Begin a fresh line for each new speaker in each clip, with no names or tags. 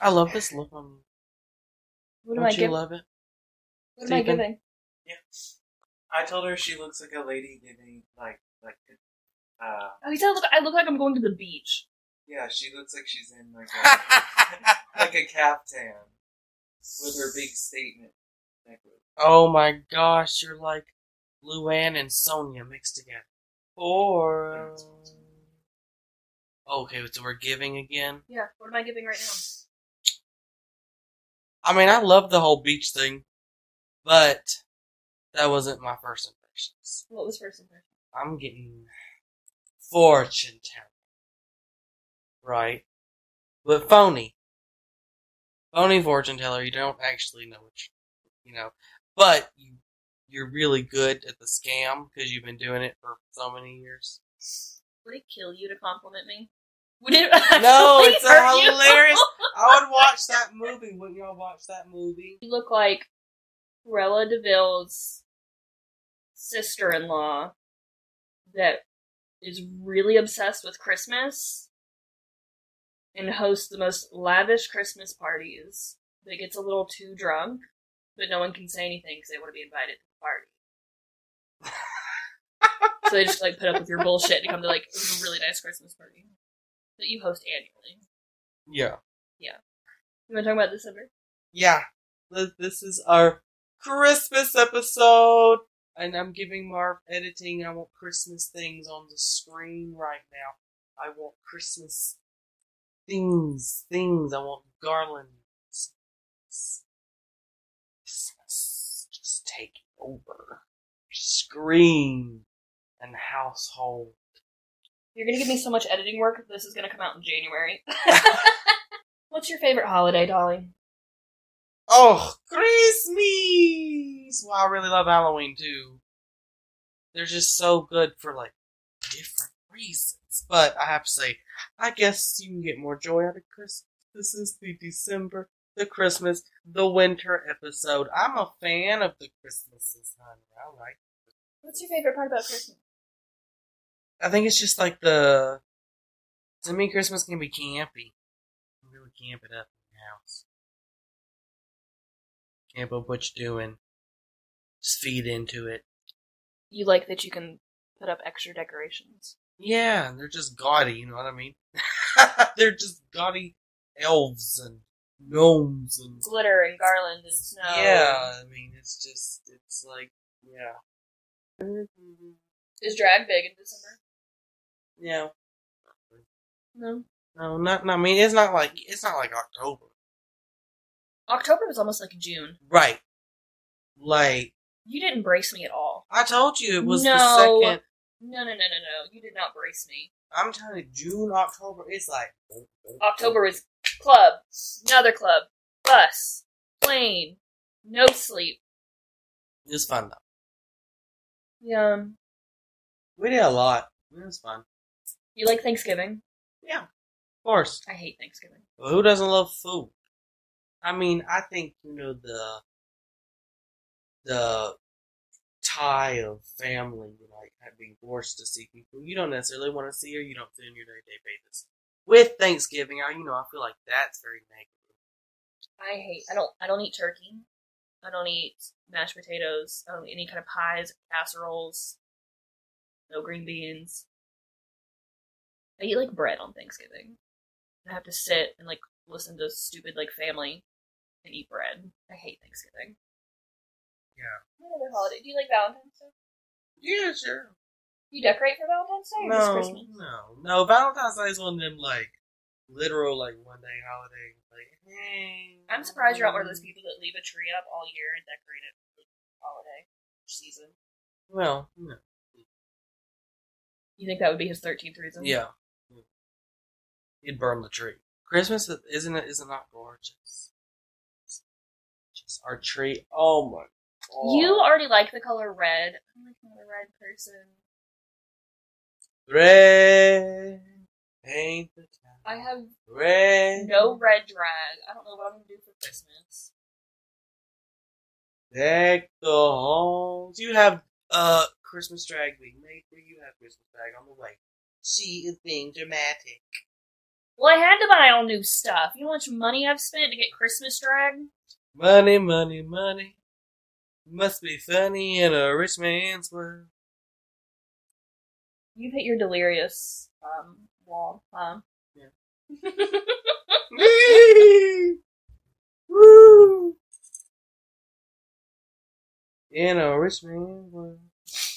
I love this look on you.
What am
Don't
I
you
giving? What
love it?
am I
Steven?
giving?
Yes. I told her she looks like a lady giving like like uh
Oh, he said I look, I look like I'm going to the beach.
yeah, she looks like she's in like a, like a caftan with her big statement necklace. Oh my gosh, you're like Luann and Sonia mixed together. Or um, okay, so we're giving again.
Yeah. What am I giving right now?
I mean, I love the whole beach thing, but that wasn't my first impressions.
What was first impression?
I'm getting fortune telling, right? But phony, phony fortune teller. You don't actually know what you, you know, but you you're really good at the scam because you've been doing it for so many years.
Would it kill you to compliment me? Would it?
No,
actually
it's a
hurt you?
hilarious- I would watch that movie. Wouldn't y'all watch that movie?
You look like Cruella Deville's sister-in-law that is really obsessed with Christmas and hosts the most lavish Christmas parties. That gets a little too drunk, but no one can say anything because they want to be invited to the party. so they just like put up with your bullshit and come to like it was a really nice Christmas party that you host annually.
Yeah.
You want to talk about December?
yeah, th- this is our Christmas episode. And I'm giving Marv editing. I want Christmas things on the screen right now. I want Christmas things, things. I want garlands. Christmas just take over. Screen and household.
You're gonna give me so much editing work. This is gonna come out in January. What's your favorite holiday, Dolly?
Oh, Christmas! Well, I really love Halloween too. They're just so good for like different reasons. But I have to say, I guess you can get more joy out of Christmas. This is the December, the Christmas, the winter episode. I'm a fan of the Christmases, honey. I like.
What's your favorite part about Christmas?
I think it's just like the. To me, Christmas can be campy. You can really camp it up in the house. Camp up what you're doing. Just feed into it.
You like that you can put up extra decorations.
Yeah, and they're just gaudy, you know what I mean? they're just gaudy elves and gnomes and.
Glitter and garland and snow.
Yeah, I mean, it's just. It's like. Yeah. Mm-hmm.
Is drag big in December?
Yeah.
No.
No, not, not. I mean, it's not like. It's not like October.
October was almost like June.
Right. Like.
You didn't brace me at all.
I told you it was
No.
the second.
No, no, no, no, no. You did not brace me.
I'm telling you, June, October, it's like
October was club, another club, bus, plane, no sleep.
It's fun though.
Yeah.
We did a lot. It was fun.
You like Thanksgiving?
Yeah, of course.
I hate Thanksgiving.
Well, who doesn't love food? I mean, I think you know the the tie of family, like being forced to see people you don't necessarily want to see or you don't see on your day to day basis. With Thanksgiving, I you know I feel like that's very negative.
I hate. I don't. I don't eat turkey. I don't eat mashed potatoes. I don't eat any kind of pies, casseroles. No green beans. I eat like bread on Thanksgiving. I have to sit and like listen to stupid like family and eat bread. I hate Thanksgiving.
Yeah.
What other holiday? Do you like Valentine's Day?
Yeah, sure.
You decorate for Valentine's Day or just Christmas?
No, no. Valentine's Day is one of them like literal like one day holiday. Like, hey,
I'm surprised you're not one of those people that leave a tree up all year and decorate it for the holiday season.
um, Well, no.
You think that would be his thirteenth reason?
yeah, he'd burn the tree. Christmas is- isn't it? Isn't not gorgeous? Just our tree. Oh my! God.
You already like the color red. I'm like not a red person.
red paint the town.
I have
red.
no red drag. I don't know what I'm gonna do for Christmas.
Deck the halls. You have uh Christmas drag week. Make sure you have Christmas drag on the way. See a thing dramatic.
Well, I had to buy all new stuff. You know how much money I've spent to get Christmas drag?
Money, money, money. Must be funny in a rich man's world.
You've hit your delirious um, wall, huh?
Woo! In a rich man's world.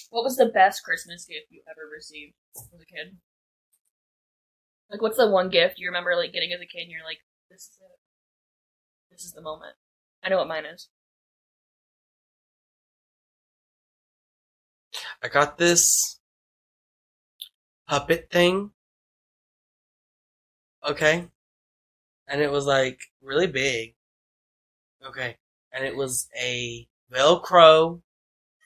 What was the best Christmas gift you ever received as a kid? Like, what's the one gift you remember like getting as a kid? and You're like, this is it. This is the moment. I know what mine is.
I got this puppet thing. Okay. And it was like really big. Okay. And it was a Velcro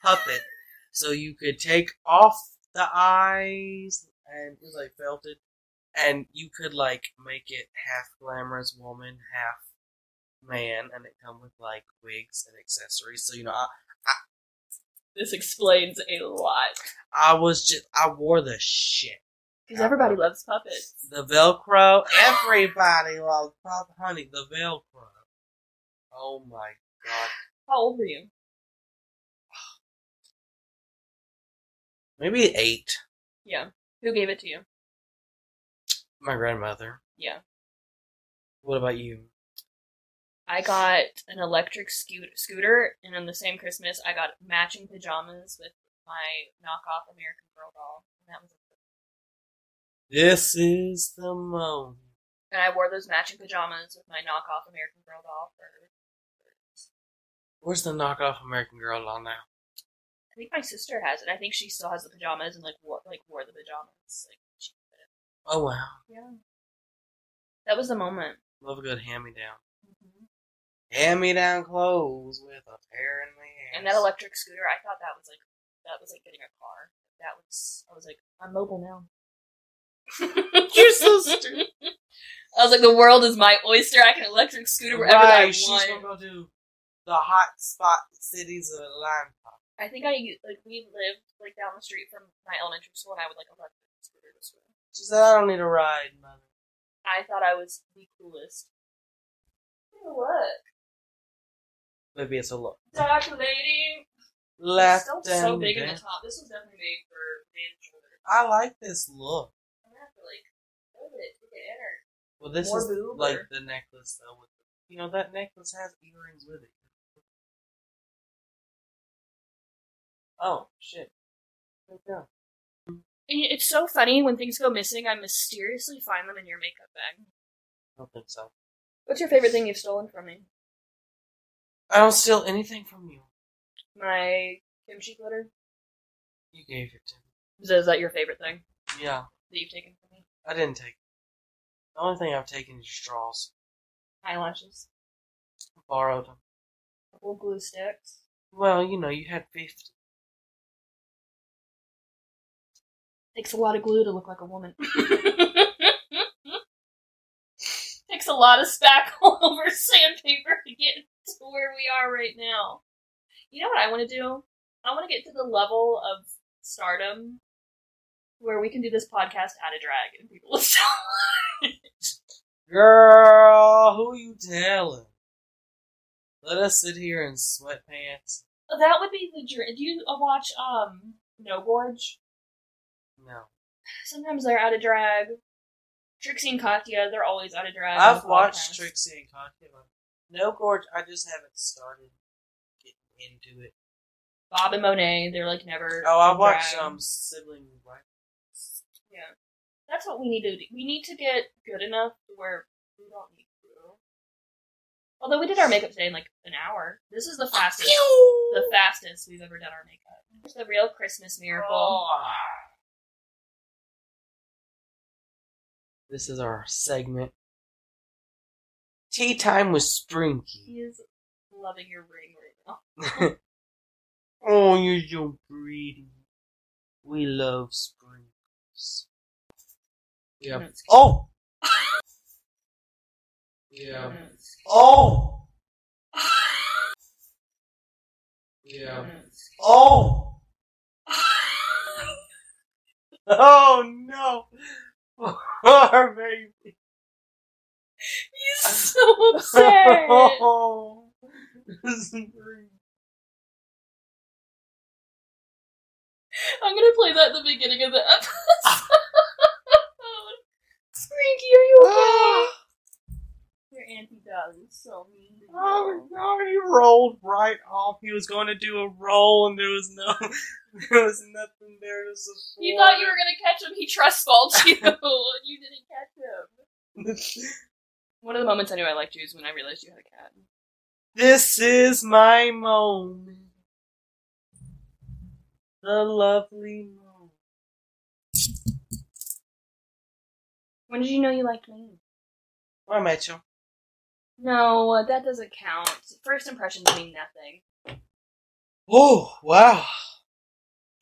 puppet. So you could take off the eyes and it was like felted. And you could like make it half glamorous woman, half man. And it come with like wigs and accessories. So, you know, I,
This explains a lot
I was just, I wore the shit.
because everybody loves puppets.
The Velcro. Everybody loves Pop Honey. The Velcro. Oh my god.
How old were you?
Maybe eight.
Yeah. Who gave it to you?
My grandmother.
Yeah.
What about you?
I got an electric scoot- scooter, and on the same Christmas, I got matching pajamas with my knockoff American Girl doll. And, that was
This is the moment.
and I wore those matching pajamas with my knockoff American Girl doll for.
Where's the knockoff American Girl doll now?
I think my sister has it. I think she still has the pajamas and like wore, like wore the pajamas. Like, she,
Oh wow.
yeah. That was the moment.
Love a good hand me down.
Mm-hmm.
Hand me down clothes with a pair in my
And
hands.
that electric scooter, I thought that was like that was like getting a car. That was I was like, I'm mobile now.
You're so stupid.
I was like, the world is my oyster. I can electric scooter wherever I
right,
want.
she's gonna go to the hot spot cities of Atlanta.
I think I u- like we lived like down the street from my elementary school, and I would like electric scooter to school.
She said, "I don't need a ride, mother."
I thought I was the coolest. Hey, look,
Maybe it's a look.
dark lady.
left
Still
and
so big in
down.
the top. This was definitely made for man shoulders.
I like this look.
I'm gonna have to like move it to get in her.
Well, this
More
is
boob
like
or-
the necklace though. With you know that necklace has earrings with it. Oh shit! Right there.
And it's so funny when things go missing. I mysteriously find them in your makeup bag.
I don't think so.
What's your favorite thing you've stolen from me?
I don't steal anything from you.
My kimchi glitter.
You gave it to
Is that- is that your favorite thing
me. Yeah,
that you've taken from me?
I didn't take. It. The only thing I've taken is straws.
Eyelashes.
Borrowed them.
Couple glue sticks.
Well, you know, you had fifty.
Takes a lot of glue to look like a woman. Takes a lot of spackle over sandpaper to get to where we are right now. You know what I want to do? I want to get to the level of stardom where we can do this podcast at a drag and people will still.
Girl, who you telling? Let us sit here in sweatpants.
that would be the dream. Do you uh, watch um No Gorge?
No.
Sometimes they're out of drag. Trixie and Katya, they're always out of drag. on
I've
the
watched
podcast.
Trixie and Katya. but No Gorge, I just haven't started getting into it.
Bob and Monet. They're like never.
Oh, I
in
watched
drag.
um Sibling Rivalry.
Yeah. That's what we need to do. We need to get good enough to where we don't need to. Although we did our makeup today in like an hour. This is the fastest the fastest we've ever done our makeup. It's the real Christmas miracle.
Oh. This is our segment. Tea time with Sprinky.
He is loving your ring right now.
oh, you're so pretty. We love sprinkles. Yeah.
Mm.
Oh. yeah.
Mm-hmm.
Oh. Yeah. Oh. Oh no. Poor baby.
He's so upset. I'm gonna play that at the beginning of the episode. Squeaky, are you okay?
Oh,
Your auntie dog is so mean. to you.
Oh no, he rolled right off. He was going to do a roll, and there was no, there was nothing there to support.
He thought you were gonna catch him. He trust fault you. you didn't catch him.
were.
One of the moments I knew I liked you is when I realized you had a cat.
this is my moment. The lovely moment.
When did you know you liked me?
I met you.
No, uh, that doesn't count. First impressions mean nothing.
Oh wow,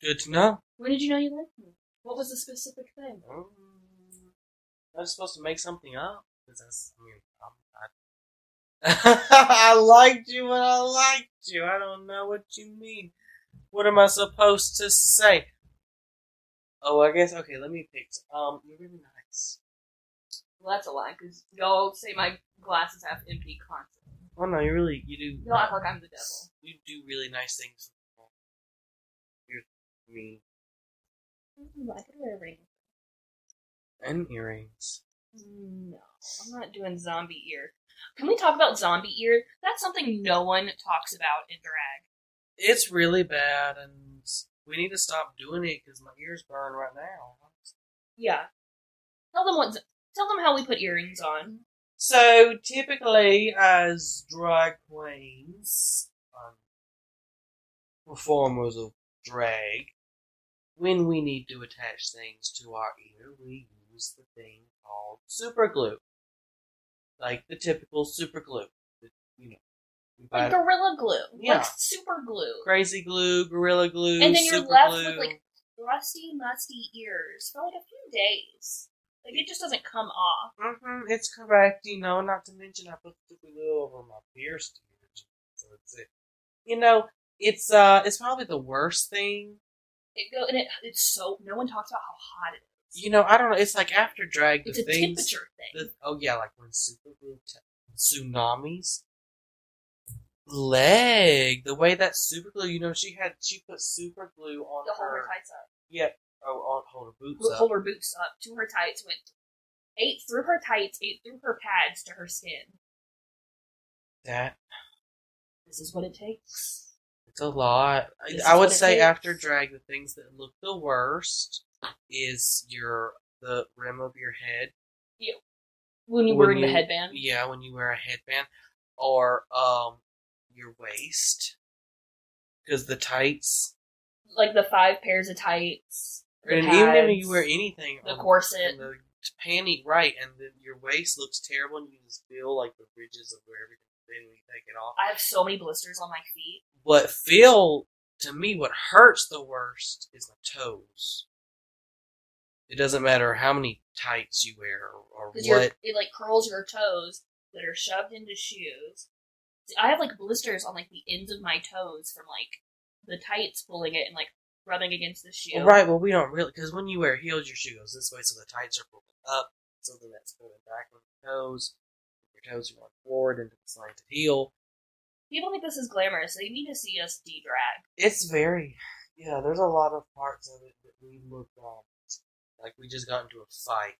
good to know.
When did you know you liked me? What was the specific thing?
Um, I was supposed to make something up because that's. I mean, I'm, I, I liked you when I liked you. I don't know what you mean. What am I supposed to say? Oh, I guess okay. Let me pick. Um, you're really nice.
Well, that's a lie, because y'all say my glasses have empty constantly.
Oh no, you really you do.
Y'all act like I'm the devil.
You do really nice things. for people. You're mean
I could wear a ring.
and earrings.
No, I'm not doing zombie ear. Can we talk about zombie ear? That's something no one talks about in drag.
It's really bad, and we need to stop doing it because my ears burn right now.
Yeah. Tell them what. Tell them how we put earrings on.
So typically, as drag queens, um, performers of drag, when we need to attach things to our ear, we use the thing called super glue, like the typical super glue. that, You know, you buy
Like gorilla glue.
Yeah.
Like super glue.
crazy glue, gorilla glue,
And then
super
you're left
glue.
with like rusty, musty ears for like a few days. Like it just doesn't come off.
hmm it's correct, you know, not to mention I put super glue over my pierced ears. So it's it. You know, it's uh it's probably the worst thing.
It go and it, it's so no one talks about how hot it is.
You know, I don't know, it's like after drag the
It's a
things
temperature thing.
the, oh yeah, like when super glue t- tsunamis leg the way that super glue you know she had she put super glue on
to hold
her
her tights up.
yeah oh on hold her boots
Hold-
up
Hold her boots up to her tights. Went ate through her tights. Ate through her pads to her skin.
that
This is what it takes.
It's a lot. I-
This
I would
is what it
say
takes.
after drag, the things that look the worst is your the rim of your head.
When you're
When
wearing the
you-
headband,
Yeah, when you wear a headband, or um your waist, because the tights.
like the five pairs of tights, the
and
pads,
even if you wear anything,
the
um,
corset.
and the panty right, and then your waist looks terrible, and you just feel like the ridges of where everything's been when you take it off.
I have so many blisters on my feet.
What feel to me what hurts the worst is my toes. It doesn't matter how many tights you wear or, or
because
what.
it like curls your toes that are shoved into shoes. I have like blisters on like the ends of my toes from like the tights pulling it and like rubbing against the shoe.
Well, right, well, we don't really because when you wear heels, your shoe goes this way, so the tights are pulling up, so then that's pulling back on your toes. Your toes are going forward into the slanted heel.
People think this is glamorous. They need to see us de drag.
It's very, yeah. There's a lot of parts of it that we look on, like we just got into a fight.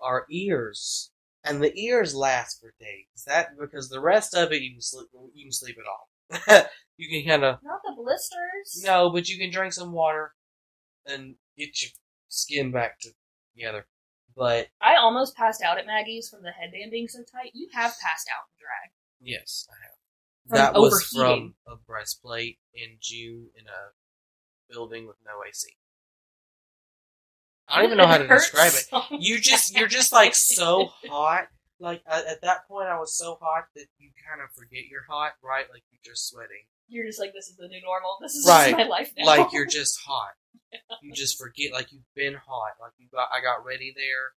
Our ears, and the ears last for days. That because the rest of it you can sleep, you can sleep it off. you can kind of
Not the blisters.
no, but you can drink some water and get your skin back to together. But
I almost passed out at Maggie's from the headband being so tight. You have passed out in drag.
yes, I have.
From
that was
overheating.
from a breastplate in June in a building with no AC. I don't even know how to describe it. you just you're just like so hot like at, at that point i was so hot that you kind of forget you're hot right like you're just sweating
You're just like this is the new normal. This is
Right.
just my life now.
like you're just hot you just forget like you've been hot like you got i got ready there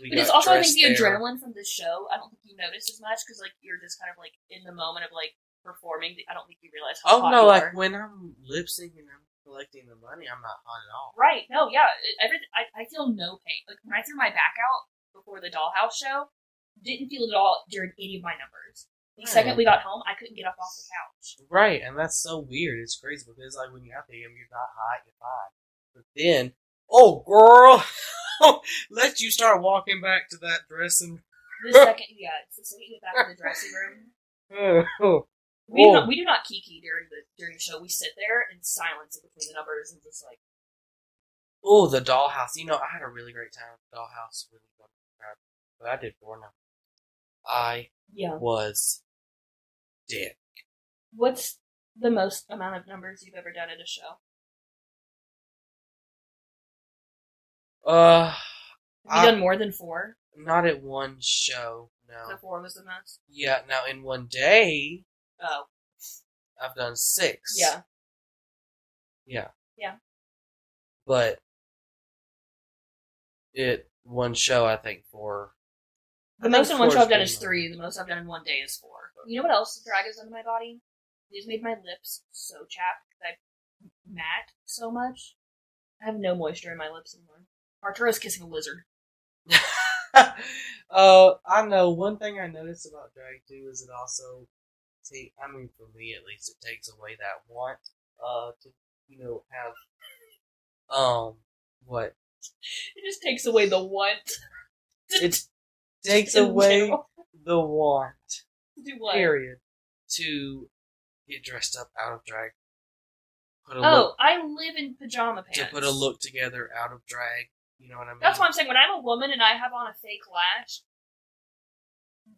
we
But it's
got
also, I think,
dressed
the
there.
adrenaline from the show. I don't think you notice as much because, like, you're just kind of like in the moment of like performing. I don't think you realize how
oh
hot
no
you
like
are.
when i'm lip syncing and i'm collecting the money i'm not hot at all
Right? No, yeah. it- Every I, I feel no pain. Like when I threw my back out before the Dollhouse show, Didn't feel it at all during any of my numbers.
Hmm.
The second we got home, I couldn't get up off the couch.
Right, and that's so weird. It's crazy because like when you're out there, you're not hot, you're fine. But then, oh girl, let you start walking back to that dressing.
The second, yeah, it's the second we got back to the dressing room,
room.
we do
Whoa.
not we do not kiki during the during the show. We sit there in silence in between the numbers and just like
oh, the dollhouse. You know, I had a really great time with dollhouse. Really fun. But I did four numbers. I
yeah.
was dead.
What's the most amount of numbers you've ever done at a show?
Uh,
Have you
I-
done more than four?
not at one show.
So
No.
four was the most.
Yeah. Now in one day,
Oh
I've done six.
yeah,
Yeah.
Yeah.
But it one show I think for
the
I think
most in one
four's
show I've done
been
is
mine.
three. The most I've done in one day is four. You know what else drag has done to my body? It's made my lips so chapped. 'cause I matte so much. I have no moisture in my lips anymore. Arturo's kissing a lizard.
uh, I know one thing I noticed about drag too is it also take I mean for me at least it takes away that want uh to you know have um what
It just takes away the want.
it takes
in
away
general.
the want
To do what?
period to get dressed up out of drag put a
Oh,
look
I live in pajama pants.
to put a look together out of drag you know what I mean
That's why I'm saying when I'm a woman and I have on a fake lash,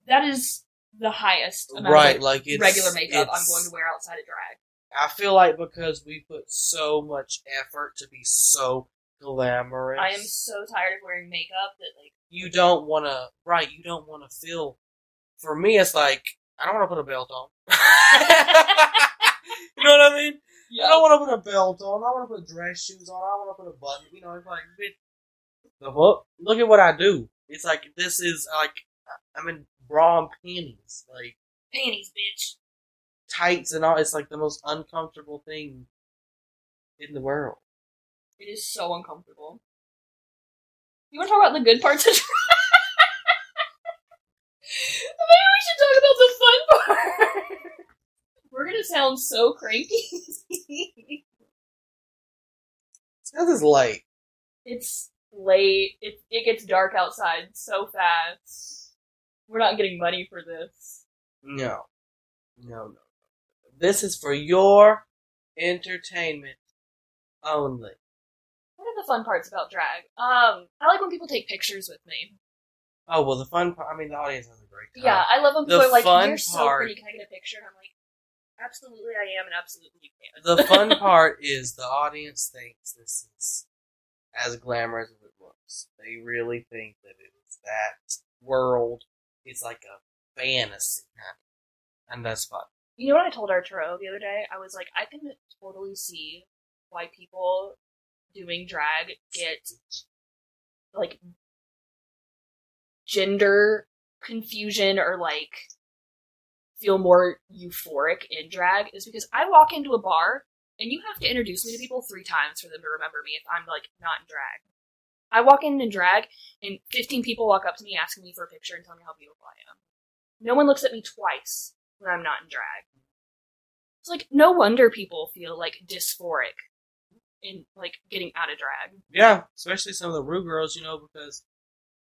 that is the highest amount
right
of
like it's
regular makeup I'm
it's-
going to wear outside of drag.
I feel like because we put so much effort to be so glamorous,
I am so tired of wearing makeup that like
you don't want to, right? You don't want to feel. For me, it's like I don't want to put a belt on. you know what I mean? I
oh,
don't want to put a belt on. I want to put dress shoes on. I want to put a button. You know, it's like bitch, the hook. Look at what I do. It's like this is like I'm in bra and panties, like
panties, bitch.
tights and all. It's like the most uncomfortable thing in the world.
It is so uncomfortable. You want to talk about the good parts of drag? Maybe we should talk about the fun part. We're gonna sound so cranky.
This is like
It's late. It it gets dark outside so fast. We're not getting money for this.
No. No, no. no. This is for your entertainment only.
What are the fun parts about drag? Um, I like when people take pictures with me.
Oh, well, the fun part, I mean, the audience has a great time.
Yeah, I love when
the
people are like,
fun
"You're so
part-
pretty. Can I get a picture?" And I'm like, "Absolutely, I am, and absolutely you can."
The fun part is the audience thinks this is as glamorous as it looks. They really think that it is that world. It's like a fantasy. And that's fun.
You know what I told Arturo the other day? I was like, I can totally see why people doing drag get like gender confusion or like feel more euphoric in drag is because I walk into a bar and you have to introduce me to people three times for them to remember me if I'm like not in drag. I walk in in drag and 15 people walk up to me asking me for a picture and tell me how beautiful I am. No one looks at me twice when I'm not in drag. It's like no wonder people feel like dysphoric in like getting out of drag.
Yeah, especially some of the Rue girls, you know, because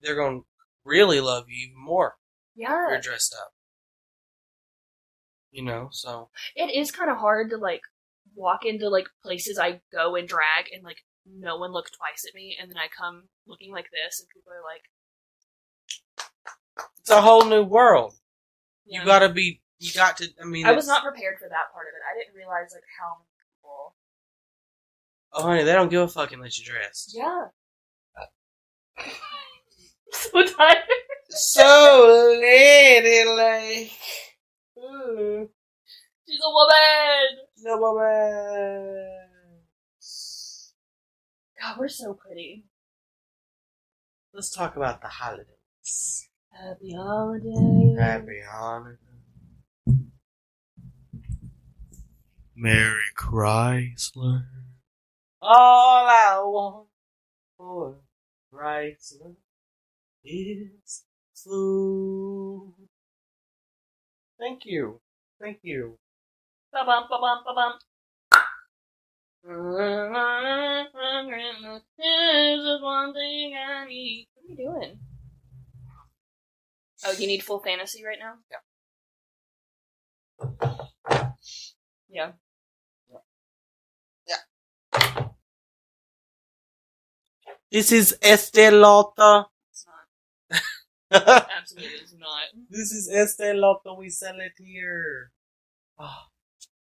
they're going to really love you even more. if
Yeah.
You're dressed up. You know, so.
It is kind of hard to like walk into like places I go in drag and like no one look twice at me and then I come looking like this and people are like
it's a whole new world.
yeah.
You gotta be. You got to. I mean,
I was
it's-
not prepared for that part of it. I didn't realize like how many people
Oh, honey, they don't give a fuck unless you're dressed.
Yeah. so tired.
So ladylike. Ooh,
She's a woman.
no woman.
God, we're so pretty.
Let's talk about the holidays.
Happy holidays.
Happy holidays. Merry Chrysler. All I want for Chrysler is food. Thank you. Thank you.
Ba-bum, ba-bum, ba-bum. What are you doing? Oh, you need full fantasy right now?
Yeah.
Yeah.
This is Estelota.
It's not.
this
Absolutely it's not.
is Estelota. We sell it here. Oh,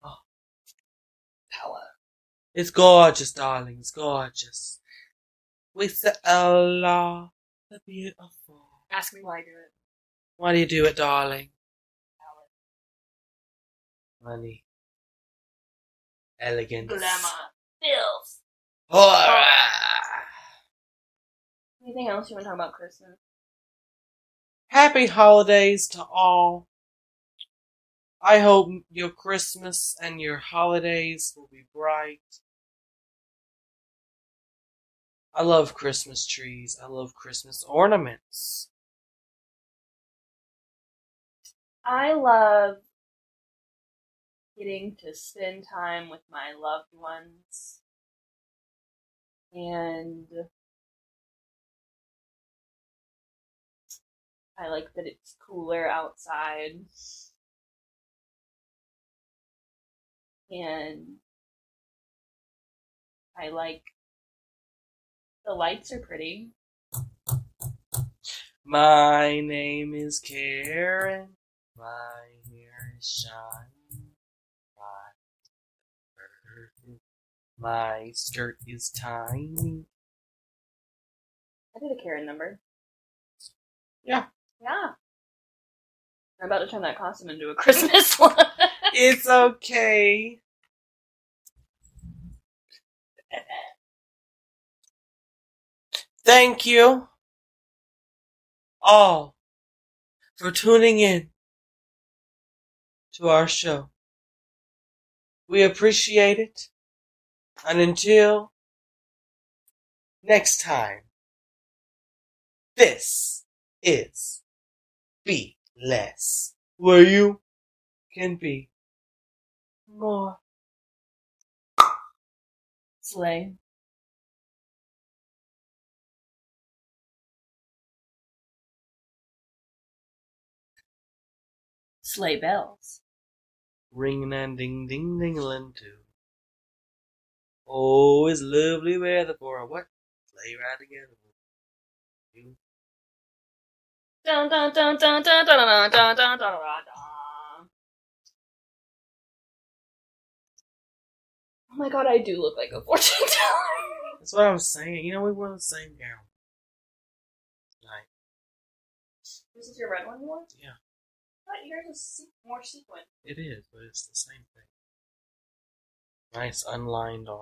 oh. Power. It's gorgeous, darling. It's gorgeous. We sell the beautiful.
Ask me why I do it.
Why do you do it, darling? Money. Elegance.
Glamour. Filth.
Horror.
Anything else you want to talk about Christmas?
Happy holidays to all. I hope your Christmas and your holidays will be bright. I love Christmas trees. I love Christmas ornaments.
I love getting to spend time with my loved ones and I like that it's cooler outside and I like the lights are pretty.
My name is Karen. My hair is shining. My, earth. my skirt is tiny.
I did a Karen number.
Yeah.
Yeah. I'm about to turn that costume into a Christmas one.
It's okay. Thank you all for tuning in to our show. We appreciate it. And until next time, this is Be Less, where you can be more.
Slay. Sleigh bells.
Ring and ding ding ding ling too. Oh, it's lovely weather for a what? Play right together. You
Dun dun dun dun dun dun dun dun dun dun dun. Oh my god, I do look like a fortune teller.
That's what I'm saying. You know, we wore the same gown. Like,
This is your red one you want?
Yeah.
I thought yours was se- more sequin.
it is, but it's the same thing. Nice unlined arm.